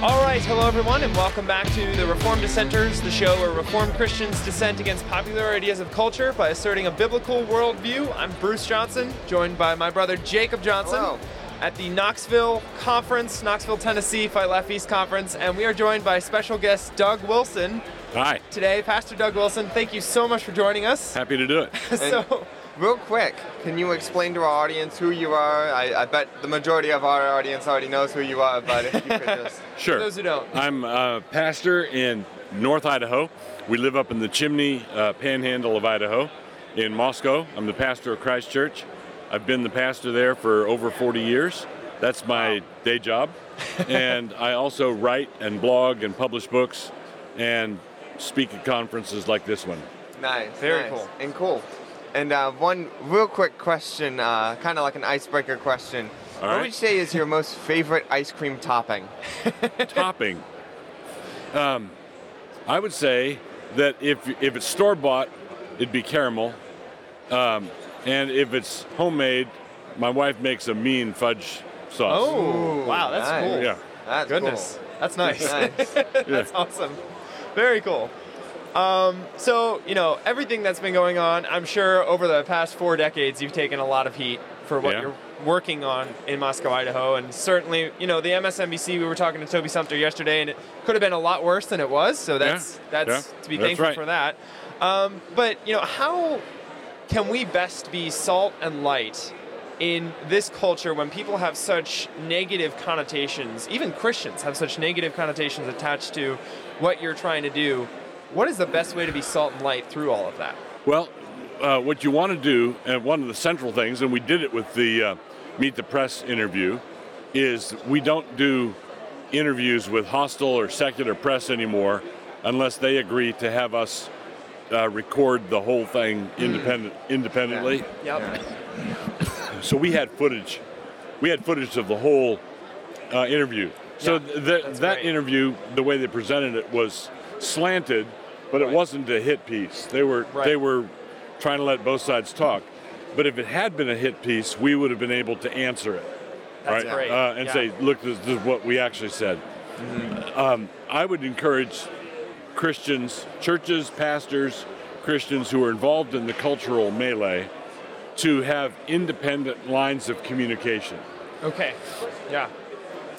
All right, hello everyone, and welcome back to the Reformed Dissenters, the show where Reformed Christians dissent against popular ideas of culture by asserting a biblical worldview. I'm Bruce Johnson, joined by my brother Jacob Johnson Hello. at the Knoxville Conference, Knoxville, Tennessee Fight Left East Conference, and we are joined by special guest Doug Wilson Hi. today. Pastor Doug Wilson, thank you so much for joining us. Happy to do it. so, Real quick, can you explain to our audience who you are? I, I bet the majority of our audience already knows who you are, but if you could just. Sure. those who don't. I'm a pastor in North Idaho. We live up in the chimney uh, panhandle of Idaho in Moscow. I'm the pastor of Christ Church. I've been the pastor there for over 40 years. That's my day job. and I also write and blog and publish books and speak at conferences like this one. Nice. Very nice. cool. And cool. And uh, one real quick question, uh, kind of like an icebreaker question. All what right. would you say is your most favorite ice cream topping? topping. Um, I would say that if if it's store bought, it'd be caramel, um, and if it's homemade, my wife makes a mean fudge sauce. oh, wow, that's nice. cool. yeah, That's Goodness, that's Cool. nice. Nice. That's awesome. Very cool. Um, so, you know, everything that's been going on, I'm sure over the past four decades, you've taken a lot of heat for what Yeah. you're working on in Moscow, Idaho. And certainly, you know, the MSNBC, we were talking to Toby Sumter yesterday, and it could have been a lot worse than it was. So that's, Yeah. that's Yeah. to be That's thankful right. for that. Um, but, you know, how can we best be salt and light in this culture when people have such negative connotations, even Christians have such negative connotations attached to what you're trying to do? What is the best way to be salt and light through all of that? Well, uh, what you want to do, and one of the central things, and we did it with the uh, Meet the Press interview, is we don't do interviews with hostile or secular press anymore unless they agree to have us uh, record the whole thing independent, independently. Yep. So we had footage. We had footage of the whole uh, interview. So Yeah, th- that- that's that great. interview, the way they presented it, was slanted, but it wasn't a hit piece. They were Right. they were trying to let both sides talk. But if it had been a hit piece, we would have been able to answer it, That's right? great, Uh, and yeah. Mm-hmm. say, look, this, this is what we actually said. Um, I would encourage Christians, churches, pastors, Christians who are involved in the cultural melee to have independent lines of communication. Okay. Yeah.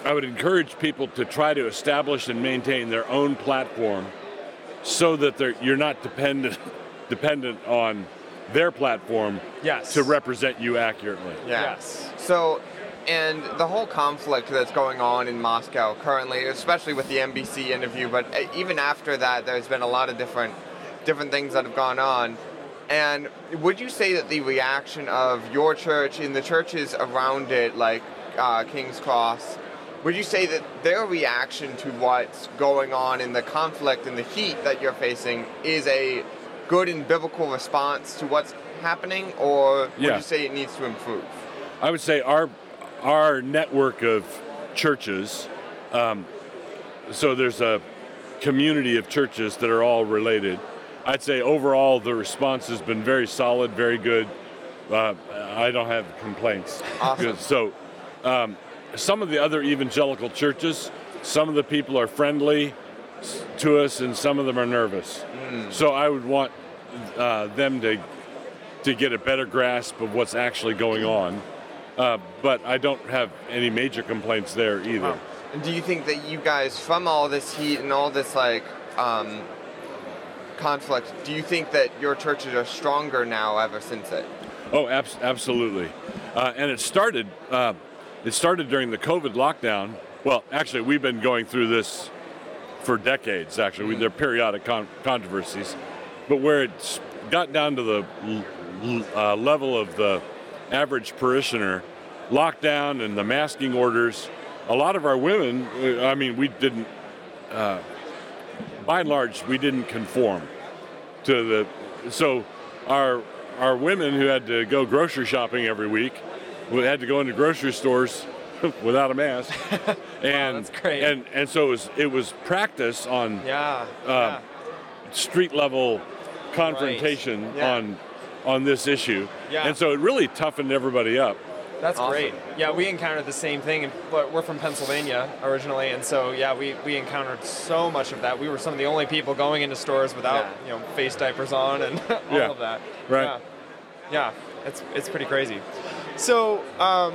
I would encourage people to try to establish and maintain their own platform so that they're, you're not dependent dependent on their platform Yes. to represent you accurately. Yeah. Yes. So, and the whole conflict that's going on in Moscow currently, especially with the NBC interview, but uh, even after that, there's been a lot of different, different things that have gone on. And would you say that the reaction of your church and the churches around it, like uh, King's Cross, would you say that their reaction to what's going on in the conflict and the heat that you're facing is a good and biblical response to what's happening, or would Yeah. you say it needs to improve? I would say our our network of churches. Um, so there's a community of churches that are all related. I'd say overall the response has been very solid, very good. Uh, I don't have complaints. Awesome. Good. So um, some of the other evangelical churches, some of the people are friendly s- to us, and some of them are nervous. So I would want uh, them to to get a better grasp of what's actually going on. Uh, but I don't have any major complaints there either. And do you think that you guys, from all this heat and all this like um, conflict, do you think that your churches are stronger now ever since it? Oh, abs- absolutely. Uh, and it started. Uh, it started during the COVID lockdown. Well, actually, we've been going through this for decades. Actually, Mm-hmm. we, there are periodic con- controversies, but where it's got down to the l- l- uh, level of the average parishioner, lockdown and the masking orders. A lot of our women. uh, I mean, we didn't. Uh, by and large, we didn't conform to the so our our women who had to go grocery shopping every week we had to go into grocery stores without a mask and that's great. and and so it was it was practice on Yeah. um, street level confrontation Yeah. on on this issue Yeah. and so it really toughened everybody up That's Awesome. great. Yeah, we encountered the same thing, and- but we're from Pennsylvania originally, and so yeah, we, we encountered so much of that. We were some of the only people going into stores without Yeah. you know face diapers on and all Yeah. of that. Right. Yeah. yeah, it's it's pretty crazy. So, um,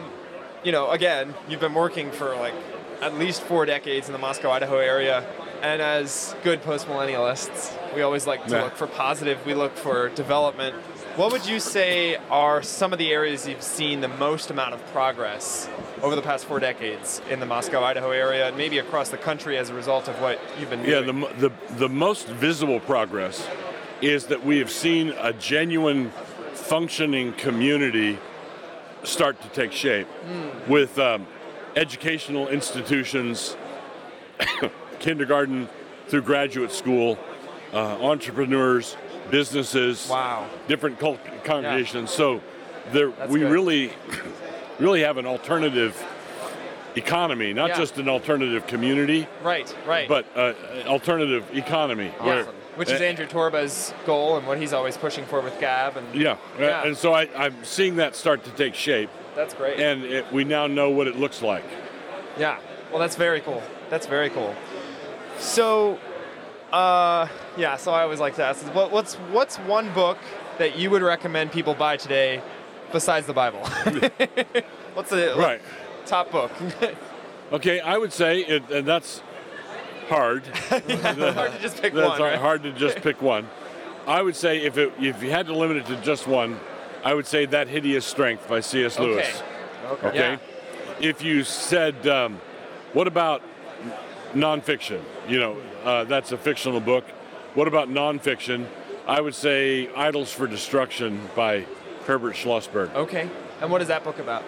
you know, again, you've been working for like at least four decades in the Moscow, Idaho area, and as good post millennialists, we always like to Yeah. look for positive. We look for development. What would you say are some of the areas you've seen the most amount of progress over the past four decades in the Moscow, Idaho area, and maybe across the country as a result of what you've been Yeah, doing? the, mo- the, the most visible progress is that we have seen a genuine functioning community start to take shape Hmm. with um, educational institutions, kindergarten through graduate school, uh, entrepreneurs, businesses, Wow. different cult- congregations. So there, we good. really, really have an alternative economy, not Yeah. just an alternative community Right, right. but uh, alternative economy. Yeah, where- which is uh, Andrew Torba's goal and what he's always pushing for with Gab, and Yeah, uh, Yeah. and so I, I'm seeing that start to take shape, that's great. and it, we now know what it looks like. yeah, well, that's very cool. That's very cool. So, uh, yeah, so I always like to ask, is what, what's what's one book that you would recommend people buy today, besides the Bible? what's the Right. top book? Okay, I would say, it, and that's hard. Hard to just pick That's one. hard- right? hard to just pick one. I would say if it, if you had to limit it to just one, I would say that hideous strength by C.S. Lewis. Okay. Okay. Yeah. If you said, um, what about nonfiction? You know, uh, that's a fictional book. What about nonfiction? I would say Idols for Destruction by Herbert Schlossberg. Okay. And what is that book about?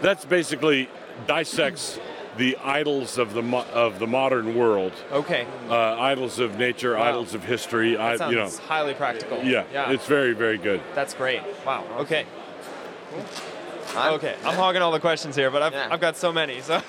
That's basically dissects the idols of the mo- of the modern world, Okay. uh, idols of nature, Hmm. Wow. idols of history. I, That sounds Uh, you know, highly practical. yeah, Yeah. it's very very good. that's great. Wow. Okay. I'm- Okay, I'm hogging all the questions here, but I've, Yeah. I've got so many. So,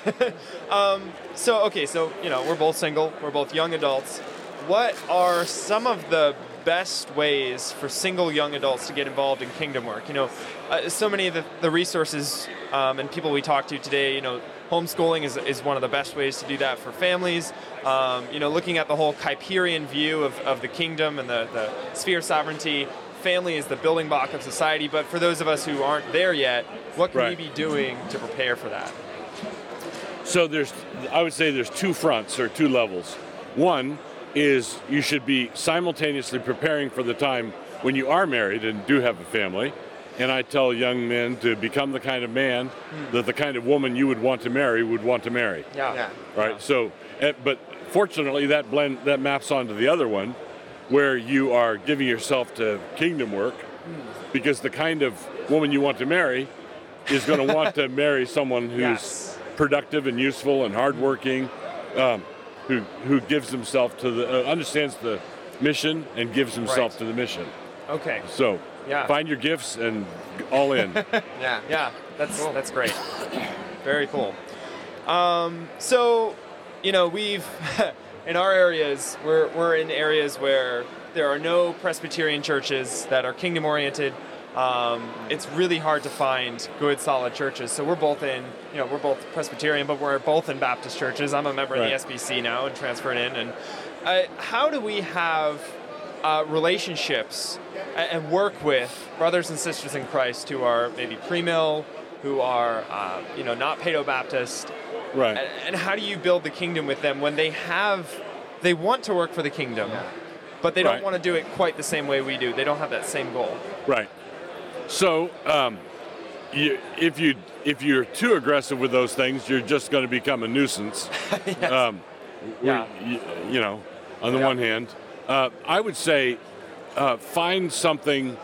um, so okay, so you know, we're both single, we're both young adults. What are some of the best ways for single young adults to get involved in kingdom work? You know, uh, so many of the, the resources um, and people we talk to today, you know, homeschooling is, is one of the best ways to do that for families. Um, you know, looking at the whole Kyperian view of, of the kingdom and the, the sphere of sovereignty, family is the building block of society. But for those of us who aren't there yet, what can Right. we be doing to prepare for that? So there's, I would say there's two fronts or two levels. One is you should be simultaneously preparing for the time when you are married and do have a family. And I tell young men to become the kind of man that the kind of woman you would want to marry would want to marry. Yeah. Yeah. Right. So, eh, but fortunately, that blend that maps onto the other one, where you are giving yourself to kingdom work, because the kind of woman you want to marry is going to want to marry someone who's Yes. productive and useful and hardworking, um, who who gives himself to the uh, understands the mission and gives himself Right. to the mission. Okay. So, Yeah. find your gifts and all in. Yeah. Yeah, that's that's great. Very cool. Um, so, you know, we've in our areas we're we're in areas where there are no Presbyterian churches that are kingdom oriented. Um, it's really hard to find good, solid churches. So we're both in, you know, we're both Presbyterian, but we're both in Baptist churches. I'm a member Right. of the SBC now and transferred in. And uh, how do we have uh, relationships a- and work with brothers and sisters in Christ who are maybe pre-mill, who are uh, you know not paedo Baptist, right. and, and how do you build the kingdom with them when they have they want to work for the kingdom, but they Right. don't want to do it quite the same way we do. They don't have that same goal. Right. So, um, you, if you if you're too aggressive with those things, you're just going to become a nuisance. um, Yeah. you, you know, on the Yeah. one hand, uh, I would say uh, find something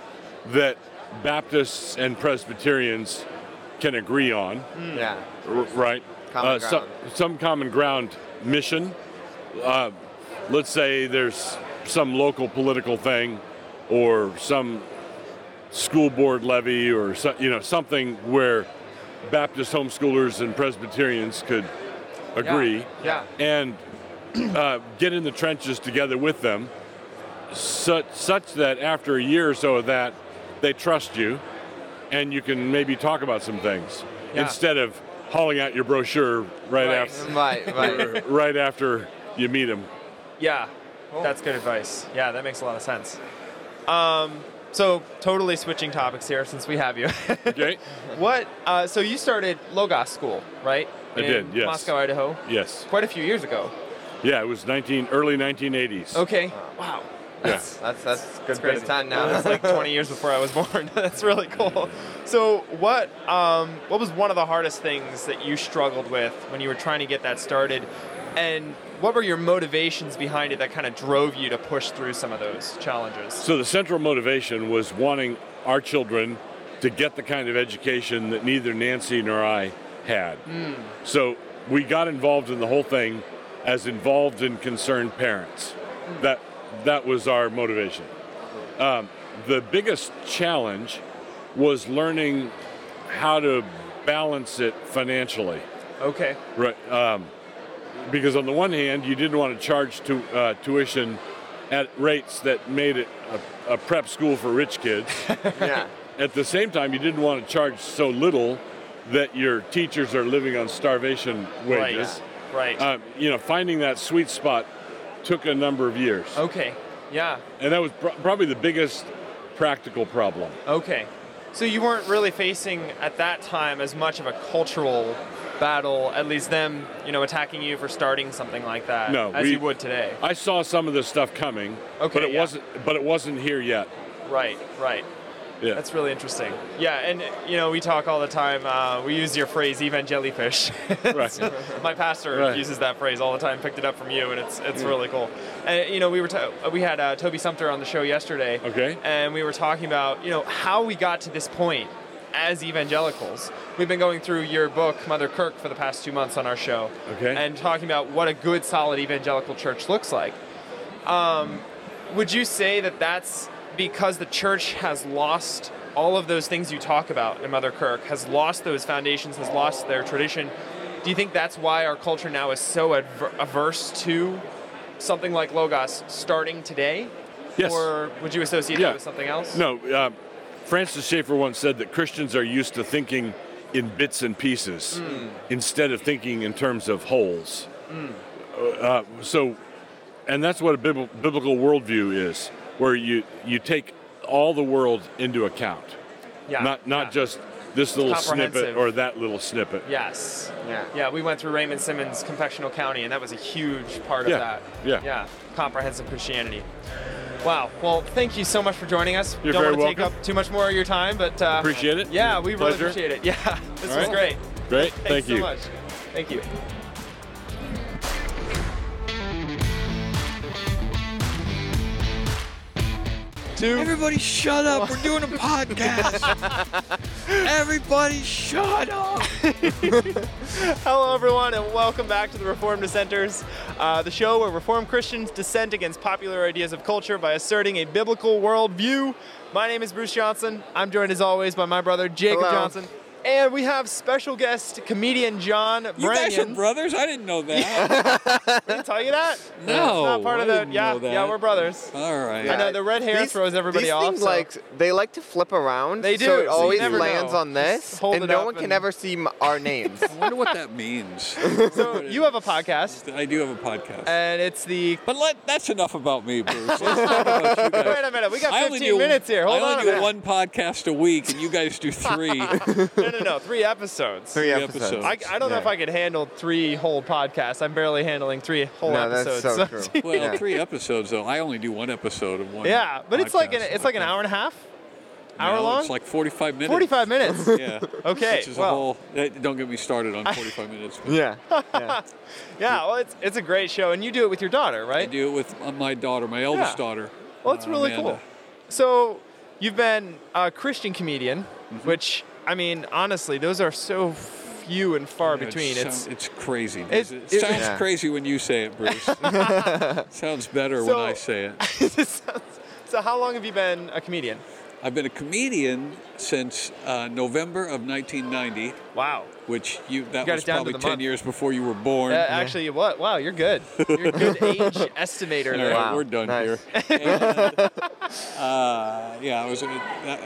that Baptists and Presbyterians can agree on, Hmm. Yeah. r- right? Common uh, some, ground. some common ground mission. Uh, let's say there's some local political thing, or some school board levy or so, you know something where Baptist homeschoolers and Presbyterians could agree Yeah. and uh, get in the trenches together with them, such such that after a year or so of that, they trust you, and you can maybe talk about some things Yeah. instead of hauling out your brochure right, Right. Right, right. after right after you meet them. Yeah, that's good advice. Yeah, that makes a lot of sense. Um, so totally switching topics here since we have you. Okay. what? Uh, so you started Logos School, right? I In did, yes. Moscow, Idaho. yes. Quite a few years ago. Yeah. It was 19 early 1980s. Okay. Wow. That's, That's that's good bit crazy. of time now. That's like 20 years before I was born. That's really cool. So, what um, what was one of the hardest things that you struggled with when you were trying to get that started, and what were your motivations behind it that kind of drove you to push through some of those challenges? So the central motivation was wanting our children to get the kind of education that neither Nancy nor I had. So we got involved in the whole thing as involved and concerned parents. That that was our motivation. Um, the biggest challenge was learning how to balance it financially. Okay. Right. Um, because on the one hand, you didn't want to charge tu- uh, tuition at rates that made it a, a prep school for rich kids. yeah. at the same time, you didn't want to charge so little that your teachers are living on starvation wages. Right. Right. Um, you know, finding that sweet spot took a number of years, okay. Yeah. and that was pr- probably the biggest practical problem. Okay. So you weren't really facing at that time as much of a cultural battle, at least them, you know, attacking you for starting something like that, No, as we- you would today. I saw some of this stuff coming, Okay, but it yeah. wasn't. But it wasn't here yet. Right. Right. Yeah. That's really interesting. Yeah, and you know we talk all the time. Uh, we use your phrase "evangelifish." right. My pastor Right. uses that phrase all the time. Picked it up from you, and it's it's really cool. And you know we were ta- we had uh, Toby Sumter on the show yesterday. Okay. And we were talking about you know how we got to this point as evangelicals. We've been going through your book Mother Kirk for the past two months on our show. Okay. And talking about what a good solid evangelical church looks like. Um, Would you say that that's because the church has lost all of those things you talk about in Mother Kirk, has lost those foundations, has lost their tradition? Do you think that's why our culture now is so adver- averse to something like Logos starting today? Yes. Or would you associate Yeah. it with something else? No, uh, Francis Schaeffer once said that Christians are used to thinking in bits and pieces Hmm. instead of thinking in terms of wholes. Uh, so, and that's what a bibl- biblical worldview is, where you you take all the world into account, Yeah. not not yeah. just this little snippet comprehensive. or that little snippet. Yes. Yeah. Yeah, we went through Raymond Simmons' Confectional County, and that was a huge part Yeah, of that. yeah. Yeah. Comprehensive Christianity. Wow. Well, thank you so much for joining us. You're Don't very want to take welcome. up too much more of your time, but uh, Appreciate it. Yeah, we really Pleasure. appreciate it. Yeah, this All was right. great. Great, Thanks thank you. so much. Thank you. Two. Everybody shut up. We're doing a podcast. Everybody shut up. Hello, everyone, and welcome back to the Reformed Dissenters, uh, the show where Reformed Christians dissent against popular ideas of culture by asserting a biblical worldview. My name is Bruce Johnson. I'm joined, as always, by my brother Jacob Hello. Johnson, and we have special guest comedian John You guys are Brannion. brothers? I didn't know that. Did I tell you that? it's No, not part I of the. didn't Yeah, know that. yeah, we're brothers. All right. I know the red hair These- throws everybody these off, Things so- like, they like to flip around. They do, So so it you always never lands know. on Just this, hold and it no up one can and- ever see m- our names. I wonder what that means. So you have Uh, a podcast, I do have a podcast. and it's the. but let, that's enough about me, Bruce. Let's talk about you guys. Wait a minute, we got I 15 only do, minutes here. Hold I on. only a minute. do one podcast a week, and you guys do three. No, no, no, three episodes. Three episodes. episodes. I, I don't know Yeah. if I could handle three whole podcasts. I'm barely handling three whole No, that's episodes. so so- true. well, Yeah. three episodes though. I only do one episode of one. yeah, but it's like an podcast. it's like an Okay. hour and a half, No, hour long, It's like forty-five minutes. 45 minutes. Yeah. Okay, Which is well. a whole. eh, Don't get me started on forty-five minutes. Yeah. yeah. yeah, well, it's it's a great show, and you do it with your daughter, I right? do it with uh, my daughter, my eldest Yeah. daughter. Well, it's uh, really Amanda. cool. So you've been a Christian comedian, Mm-hmm. which I mean, honestly, those are so few and far Yeah, between. It It's sound- it's crazy. It- It, it it- sounds Yeah. crazy when you say it, Bruce. sounds better So- when I say it. This sounds- so how long have you been a comedian? I've been a comedian since uh, November of 1990, Wow. which you that got was it down to probably the 10 month. years before you were born. Uh, actually, what? Wow, you're good. You're a good age estimator. All there. right, Wow, we're done nice. here. And, uh, yeah, I was. A,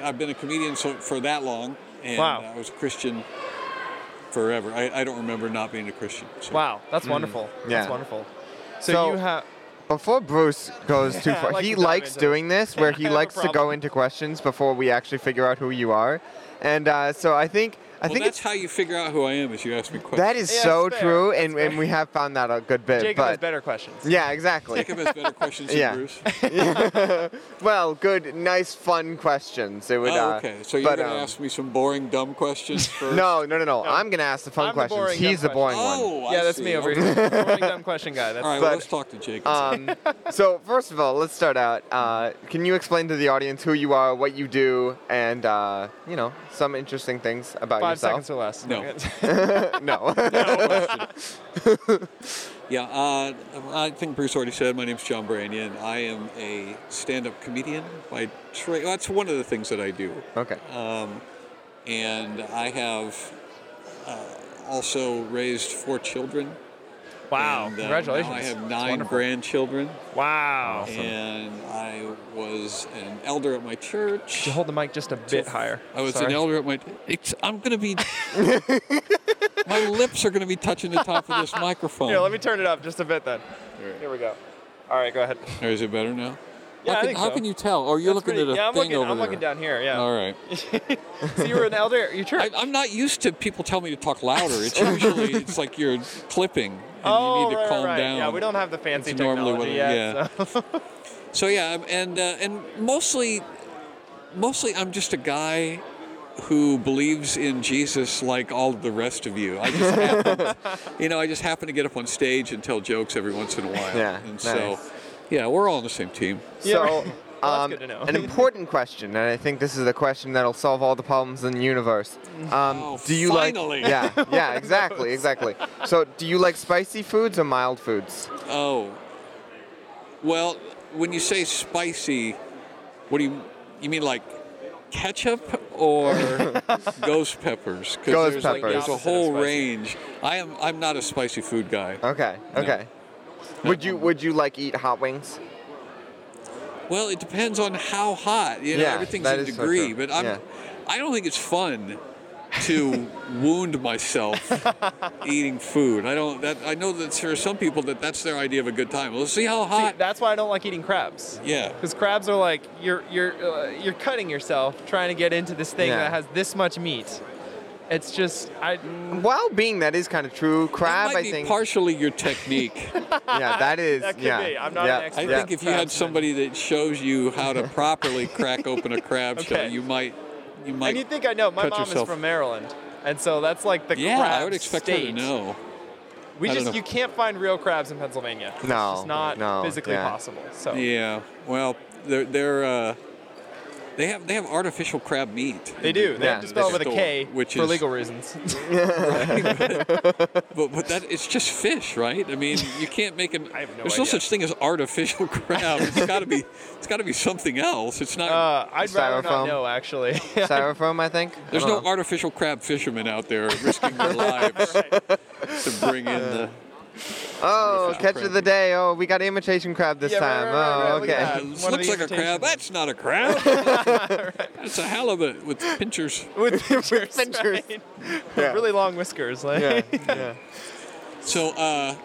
I've been a comedian so, for that long, and Wow. I was a Christian forever. I, I don't remember not being a Christian. So. Wow, that's wonderful. That's Mm. yeah. wonderful. So, So- uh, you have. Before Bruce goes too Yeah, I far, like he to dive likes into doing this where I he have a likes to go problem. into questions before we actually figure out who you are. And uh, so I think I Well, think that's it's, how you figure out who I am is you ask me questions. that is Yeah, so it's fair. true, It's and, and we have found that a good bit. Jacob has but better questions. yeah, exactly. Jacob has better questions Yeah. than Bruce. well, good, nice, fun questions. It would. Oh, uh, okay. So you're but, gonna um, ask me some boring, dumb questions first. No, no, no, no. I'm gonna ask the fun I'm the questions. boring He's the dumb boring one. Oh, I yeah, that's see. me over Okay. here. Boring dumb question guy. That's All right, But- well, let's talk to Jacob. Um, so first of all, let's start out. Uh, can you explain to the audience who you are, what you do, and uh, you know some interesting things about five yourself? seconds or less. No. no. Yeah, uh, I think Bruce already said my name's John Branion. I am a stand-up comedian by trade. That's one of the things that I do, okay. and I have uh, also raised four children. wow. And, uh, Congratulations. Now I have That's nine wonderful. grandchildren, Wow. and I was an elder at my church. Hold the mic just a bit higher. I was Sorry. an elder at my. It's, I'm gonna be. my lips are gonna be touching the top of this microphone. Here, let me turn it up just a bit then. Here we go. All right, go ahead. Or is it better now? Yeah, I how can, think how so. can you tell? Oh, you're That's looking pretty- at a yeah, I'm thing looking, over I'm there. looking down here. Yeah. All right. So you were an elder at your church. I, I'm not used to people telling me to talk louder. It's usually it's like you're clipping and oh, you need to right, calm right. down. Yeah, we don't have the fancy It's normally technology what I- yet. yeah. so- So yeah, I'm- and uh, and mostly, mostly I'm just a guy who believes in Jesus like all the rest of you. I just happen, you know, I just happen to get up on stage and tell jokes every once in a while. Yeah, and so nice. yeah, we're all on the same team. Yeah, So, right. Well, that's um, good to know. an important question, and I think this is the question that'll solve all the problems in the universe. Mm. Um, Oh, do you finally. like? Yeah, yeah, exactly, exactly. So, do you like spicy foods or mild foods? Oh, well, when you say spicy, what do you you mean like? Ketchup or ghost peppers? 'Cause Ghost there's like- peppers. Opposite there's a of whole spicy. range. I am. I'm not a spicy food guy. Okay, okay. Would you would you like eat hot wings? Well, it depends on how hot. You know, Yeah, everything's that in is so degree. true. But I'm, Yeah. I don't think it's fun to wound myself eating food. I don't. That I know that there are some people that that's their idea of a good time. Well, let's see how See, hot. that's why I don't like eating crabs. yeah. Because crabs are like you're you're uh, you're cutting yourself trying to get into this thing Yeah. that has this much meat. It's just I While being that is kind of true, crab. that might I be think. partially your technique. yeah, that is. That could yeah, be. I'm not an yeah, I expert. yeah. think if you had Crabsman. somebody that shows you how to properly crack open a crab shell, Okay. you might, you might. and you think I know. My cut mom yourself. is from Maryland, and so that's like the yeah, crab I would expect state. her to know. We I don't just know. you can't find real crabs in Pennsylvania. it's No, just not no, physically yeah. possible. So Yeah. Well, they're they're uh, they have they have artificial crab meat. they do. They have Yeah, to spell it with a store, K which for is- legal reasons. But but that it's just fish, right? I mean, you can't make an. I have no there's no idea. such thing as artificial crab. It's got to be it's got to be something else. It's not. Uh, I'd rather Styrofoam. not know actually. Styrofoam, I think. I there's don't no know. artificial crab fishermen out there risking their lives to bring in the. Oh, artificial catch crab. of the day. Oh, we got imitation crab this Yeah, right, time. right, right, oh, right, look at okay. that. This One of looks the like a crab. invitations. That's not a crab. That's a halibut with pinchers. with pinchers, pinchers. right? Yeah. really long whiskers. Like. Yeah, yeah. So uh,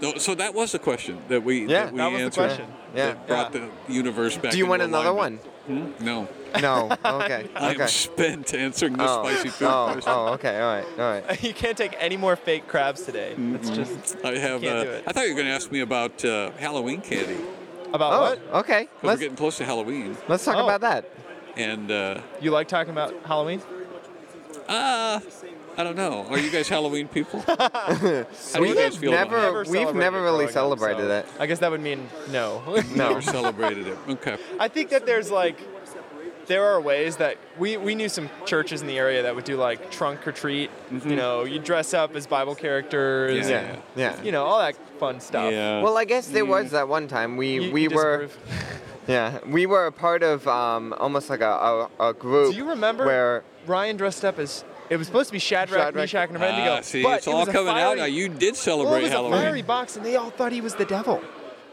no- so that was the question that we Yeah, that we that was the answered. question. Yeah. That brought the universe back. Do you into want another alignment. one? No. No. Okay. I am okay. spent answering this oh. spicy food oh, question. oh, okay. All right. All right. you can't take any more fake crabs today. It's just I have. can't uh, do it. I thought you were going to ask me about uh, Halloween candy because about Oh, what okay. we're Let's getting close to Halloween, let's talk Oh. about that. and uh, you like talking about Halloween. uh, I don't know. Are you guys Halloween people? How do you We've guys feel never- about it? we've never really celebrated celebrated growing up, so I guess that would mean no. Never celebrated it. Okay. I think that there's like there are ways that we, we knew some churches in the area that would do like trunk or treat. You know, you dress up as Bible characters. Yeah. Yeah. Yeah. You know, all that fun stuff. Yeah. Well, I guess there was that one time we Mm. You- we you were disapprove? Yeah, we were a part of um, almost like a, a, a group. Do you remember where? Ryan dressed up as it was supposed to be Shadrach, Shadrach. Meshach, and Abednego? Ah, see, but it's it all was a coming out fiery- now. You did well, it celebrate was a fiery Halloween. box, and they all thought he was the devil.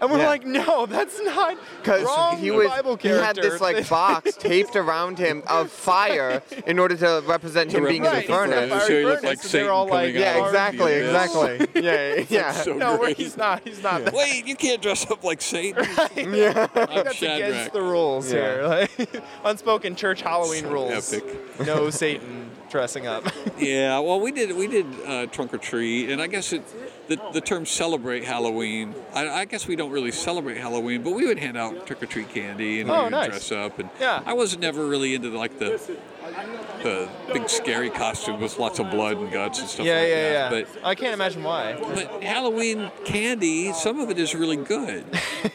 And we're Yeah. like, no, that's not Because wrong he was, Bible he character. had this like box taped around him of fire in order to represent him being in the represent the furnace. fire. So he looked furnace, like and they're Satan all like, coming out. Yeah, of exactly, the abyss. exactly. Yeah, yeah, yeah. so no, great. he's not. He's not. that. Wait, you can't dress up like Satan. I'm That's against Shadrach. the rules Yeah. here. Like, unspoken church Halloween So rules. epic. No Satan dressing up. Yeah, well, we did we did uh, trunk or treat, and I guess it, the the term celebrate Halloween. I, I guess we don't really celebrate Halloween, but we would hand out trick or treat candy and Oh, we would nice. dress up. And Yeah. I was never really into like the the big scary costume with lots of blood and guts and stuff yeah, like yeah, yeah. that. But I can't imagine why. but Halloween candy, some of it is really good,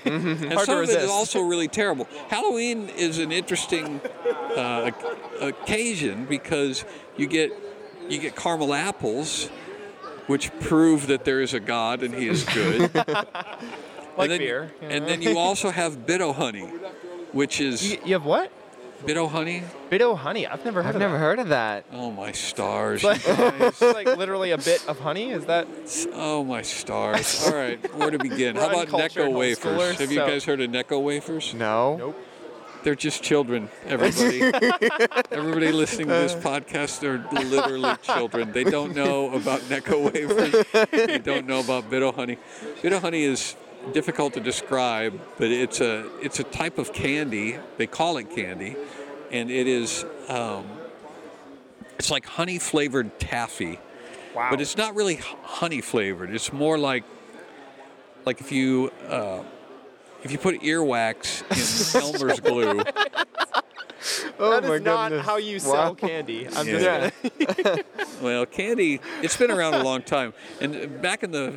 and Hard to some of it is resist. also really terrible. Halloween is an interesting uh, oc- occasion because you get you get caramel apples, which prove that there is a God and He is good. Like and then, beer. you and know? then you also have bitto honey, which is you, you have what? bitto honey. Bit of honey. I've never heard I've of never that. heard of that. Oh my stars! Like, it's like literally a bit of honey. Is that? Oh my stars! All right, where to begin? How We're about uncultured Necco homeschoolers, wafers? Have you so- guys heard of Necco wafers? No. Nope. They're just children, everybody. everybody listening to this podcast are literally children. They don't know about Necco wafers. They don't know about Bitto honey. Bitto honey is difficult to describe, but it's a it's a type of candy. They call it candy, and it is um, it's like honey flavored taffy, Wow. but it's not really h- honey flavored. It's more like like if you uh, if you put earwax in Elmer's glue. Oh that is not how you sell candy. I'm just Yeah. gonna- Well, candy, it's been around a long time. And back in the,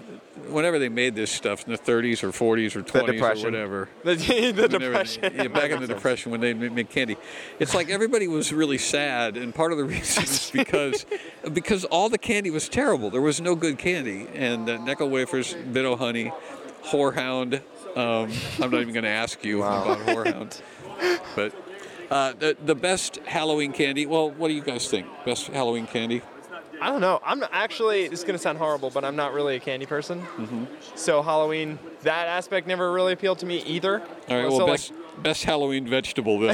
whenever they made this stuff in the 30s or 40s or 20s or Depression. whatever. the, the whenever- depression. yeah, back in the Depression when they ma- made candy. It's like everybody was really sad. And part of the reason is because, because all the candy was terrible. There was no good candy. And uh, Necco wafers, Bitto honey, whorehound. Um, I'm not even going to ask you about whorehound. But uh, the, the best Halloween candy, well, what do you guys think? Best Halloween candy? I don't know. I'm not, actually. It's gonna sound horrible, but I'm not really a candy person. Mm-hmm. So Halloween, that aspect never really appealed to me either. All right, well, so like, best, best Halloween vegetable then.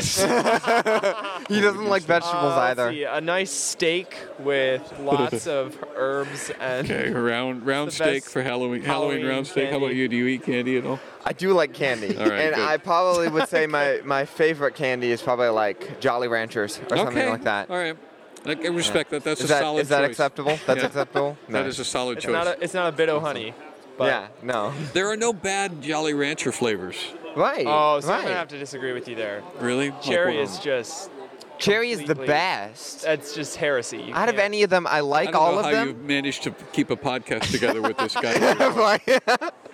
He doesn't like vegetables Uh, let's either. see, a nice steak with lots of herbs and okay, round round The steak best for Halloween. Halloween, Halloween round steak. How about candy. you? Do you eat candy at all? I do like candy, All right, and good. I probably would say my, my favorite candy is probably like Jolly Ranchers or something okay, like that. All right, I I respect that. That's Is a that, solid. is that choice. acceptable? That's Yeah. acceptable. That is a solid it's choice. not a, it's not a bit of honey. But, yeah. No. there are no bad Jolly Rancher flavors, Right. Oh, so I'm right. gonna have to disagree with you there. really. Like, Cherry well, is just Cherry is the completely- best. that's just heresy. You Out of can't- any of them, I I like don't all know of how you them. managed to keep a podcast together with this guy.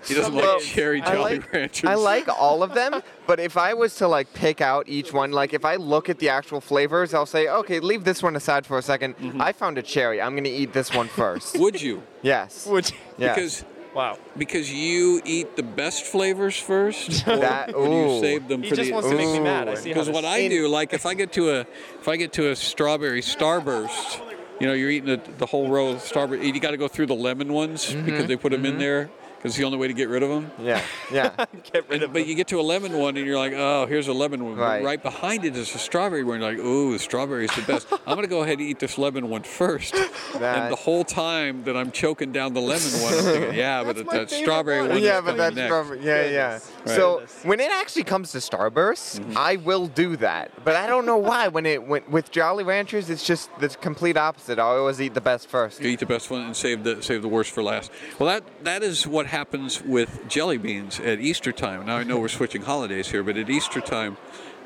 He doesn't Well, like cherry I Jolly like- Ranchers. I like all of them, but if I was to like pick out each one, like if I look at the actual flavors, I'll say, okay, leave this one aside for a 2nd Mm-hmm. I found a cherry. I'm gonna eat this one first. Would you? yes. Which Yes. Because wow. because you eat the best flavors first, or That- would you ooh. save them He Um, for just the wants to make me Ooh. mad. I see how Because this- what I do, like if I get to a if I get to a strawberry starburst, you know, you're eating the, the whole row of starburst. You got to go through the lemon ones Mm-hmm. because they put them in there because it's the only way to get rid of them. yeah. Yeah. get rid And, of. but But you get to a lemon one and you're like, oh, here's a lemon one. But Right. right behind it is a strawberry one. You're like, ooh, the strawberry's the best. I'm going to go ahead and eat this lemon one first. That- And the whole time that I'm choking down the lemon one, I'm thinking, yeah, but That's that, my that favorite strawberry one. one yeah, is but coming that's next. probably yeah, Goodness. yeah. Right. So Goodness. when it actually comes to Starburst, Mm-hmm. I will do that, but I don't know why. When it when, with Jolly Ranchers, it's just the complete opposite. I always eat the best first. You eat the best one and save the save the worst for last. Well, that that is what happens with jelly beans at Easter time. Now I know we're switching holidays here, but at Easter time,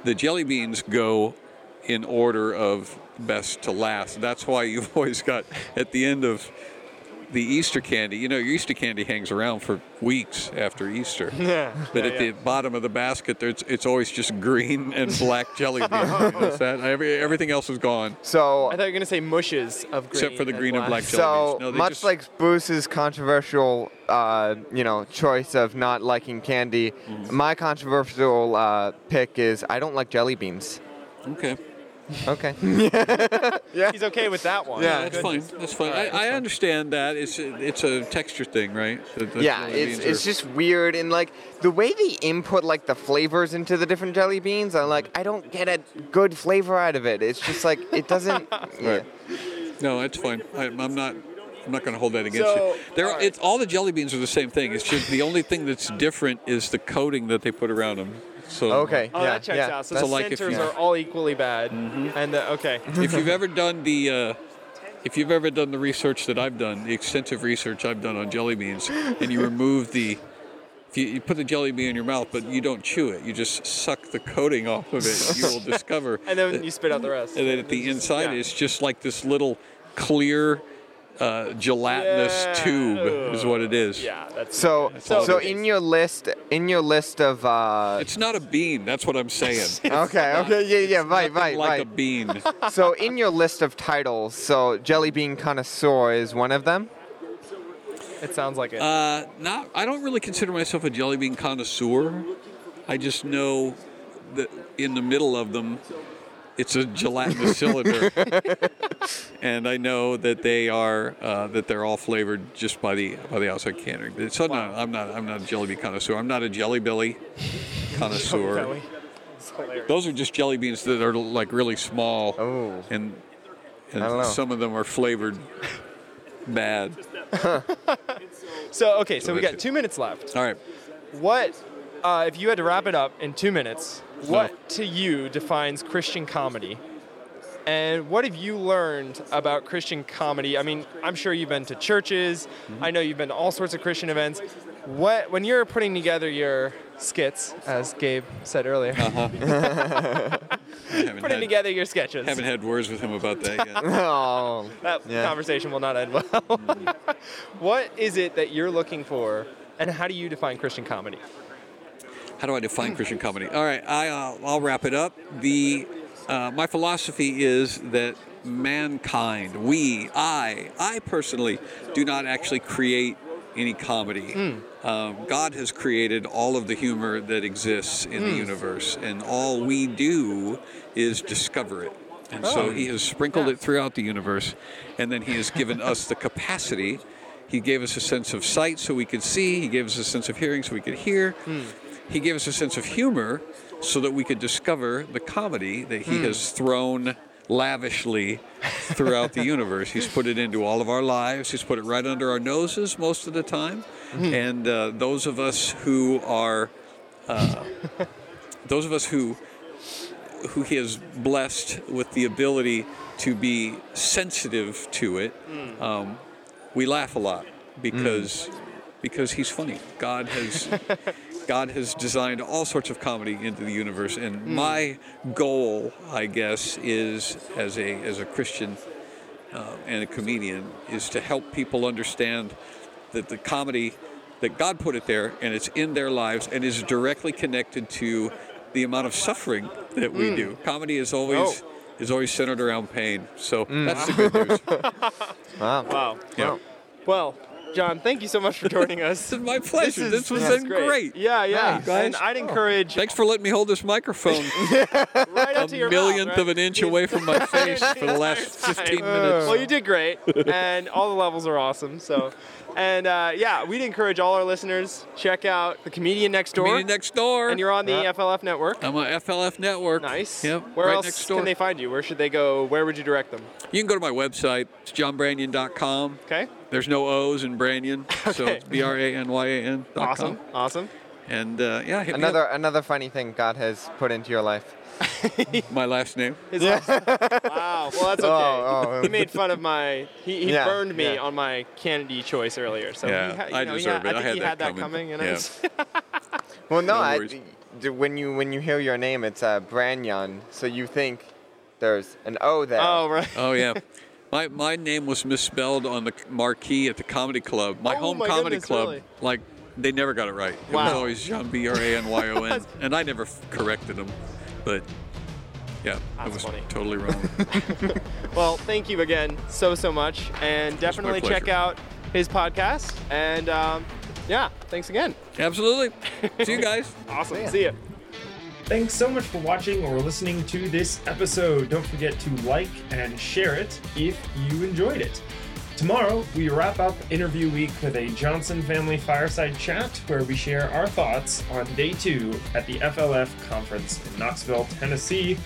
the jelly beans go in order of best to last. That's why you've always got at the end of the Easter candy. You know, your Easter candy hangs around for weeks after Easter. Yeah. But yeah, at yeah. the bottom of the basket, there's, it's always just green and black jelly beans. You notice that? Every, everything else is gone. So I thought you were gonna say mushes of green. Except for the green and black jelly So beans. No, they much just- like Bruce's controversial, uh, you know, choice of not liking candy, Mm-hmm. my controversial uh, pick is I don't like jelly beans. Okay. Okay. He's okay with that one. Yeah, That's fine. That's fine. I, I understand that. It's it's a texture thing, right? That- that's yeah, jelly it's beans it's are- just weird and like the way they input like the flavors into the different jelly beans. I'm like, I don't get a good flavor out of it. It's just like it doesn't. yeah. No, it's fine. I, I'm not. I'm not going to hold that against So, you. There, all right. it's all the jelly beans are the same thing. It's just the only thing that's different is the coating that they put around them. So Okay. Oh, yeah, that checks yeah. out. So, So the like if centers you- Mm-hmm. are all equally bad. And the, okay. if you've ever done the uh, if you've ever done the research that I've done, the extensive research I've done on jelly beans, and you remove the if you, you put the jelly bean in your mouth, but you don't chew it, you just suck the coating off of it. You will discover, And then that- you spit out the rest. and then at the inside yeah. it's just like this little clear uh, gelatinous Yeah. tube is what it is. Yeah, that's So So- so, in your list in your list of uh, It's not a bean. That's what I'm saying. okay okay yeah yeah right right like right. a bean. so in your list of titles, so Jelly Bean Connoisseur is one of them. it sounds like it. Uh, not. I don't really consider myself a jelly bean connoisseur. I just know that in the middle of them, it's a gelatinous cylinder, and I know that they are uh, that they're all flavored just by the by the outside canning. But So no, I'm not. I'm not a jelly bean connoisseur. I'm not a jelly belly connoisseur. Really. It's hilarious. Those are just jelly beans that are like really small, Oh. and don't know. and some of them are flavored bad. So okay, so we got Delicious. two minutes left. All right. What, uh, if you had to wrap it up in two minutes, what to you defines Christian comedy? And what have you learned about Christian comedy? I mean, I'm sure you've been to churches. Mm-hmm. I know you've been to all sorts of Christian events. What when you're putting together your skits, as Gabe said earlier, Uh, I haven't putting had- together your sketches. Haven't had words with him about that yet. Oh. that Yeah. conversation will not end well. what is it that you're looking for, and how do you define Christian comedy? How do I define Christian comedy? All right, I, uh, I'll wrap it up. The uh, my philosophy is that mankind, we, I, I personally do not actually create any comedy. Um, God has created all of the humor that exists in the universe, and all we do is discover it. And so He has sprinkled it throughout the universe, and then He has given us the capacity. He gave us a sense of sight so we could see. He gave us a sense of hearing so we could hear. He gave us a sense of humor so that we could discover the comedy that he has thrown lavishly throughout the universe. He's put it into all of our lives. He's put it right under our noses most of the time. And uh, those of us who are, uh, those of us who, who he has blessed with the ability to be sensitive to it, um, we laugh a lot because because he's funny. God has God has designed all sorts of comedy into the universe, and my goal, I guess, is as a as a Christian uh, and a comedian, is to help people understand that the comedy that God put it there, and it's in their lives, and is directly connected to the amount of suffering that we do. Comedy is always is always centered around pain, so that's the good news. Wow. Wow. Yeah. Well, John, thank you so much for joining us. This is my pleasure. This, was That's been great. Yeah, yeah. Nice. Guys. And I'd encourage Thanks for letting me hold this microphone right a up to your millionth mouth, of an right? Uh, inch away from my face for the last 15 minutes. Oh. Well, you did great, and all the levels are awesome. So, and uh, yeah, we'd encourage all our listeners check out the comedian next door, Meeting next door. and you're on the E Yeah. FLF network. I'm on FLF Network. Nice. Yep. Where right else next door. can they find you? Where should they go? Where would you direct them? you can go to my website. It's johnbranyan.com. Okay. There's no O's in Branyan, so Okay. it's B R A N Y A N. Awesome. Awesome. And uh, yeah, hit me Another another funny thing God has put into your life. up. my last name. His last- wow. Well, that's okay. Oh, oh. He made fun of my. He, he Yeah, burned me yeah. on my Kennedy choice earlier. So Yeah, he ha- you I know, he deserve ha- I it. I think had he that had that coming. coming. and I Yeah. was- Well, no, No I, worries. d- when you when you hear your name, it's uh, Branyan, so you think there's an O there. oh right. Oh yeah. My, my name was misspelled on the marquee at the comedy club, my Oh, home my comedy goodness, club. really? Like they never got it right. It was Wow. always Jean B R A N Y O N, and I never f- corrected them. But yeah, it That's was funny. totally wrong. Well, thank you again so, so much. And definitely check pleasure. out his podcast. And um, yeah, thanks again. Absolutely. See you guys. Awesome. See ya. Thanks so much for watching or listening to this episode. Don't forget to like and share it if you enjoyed it. Tomorrow, we wrap up interview week with a Johnson Family Fireside Chat where we share our thoughts on day two at the FLF conference in Knoxville, Tennessee.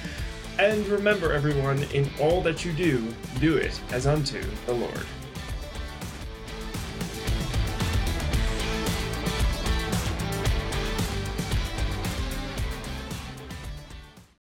And remember, everyone, in all that you do, do it as unto the Lord.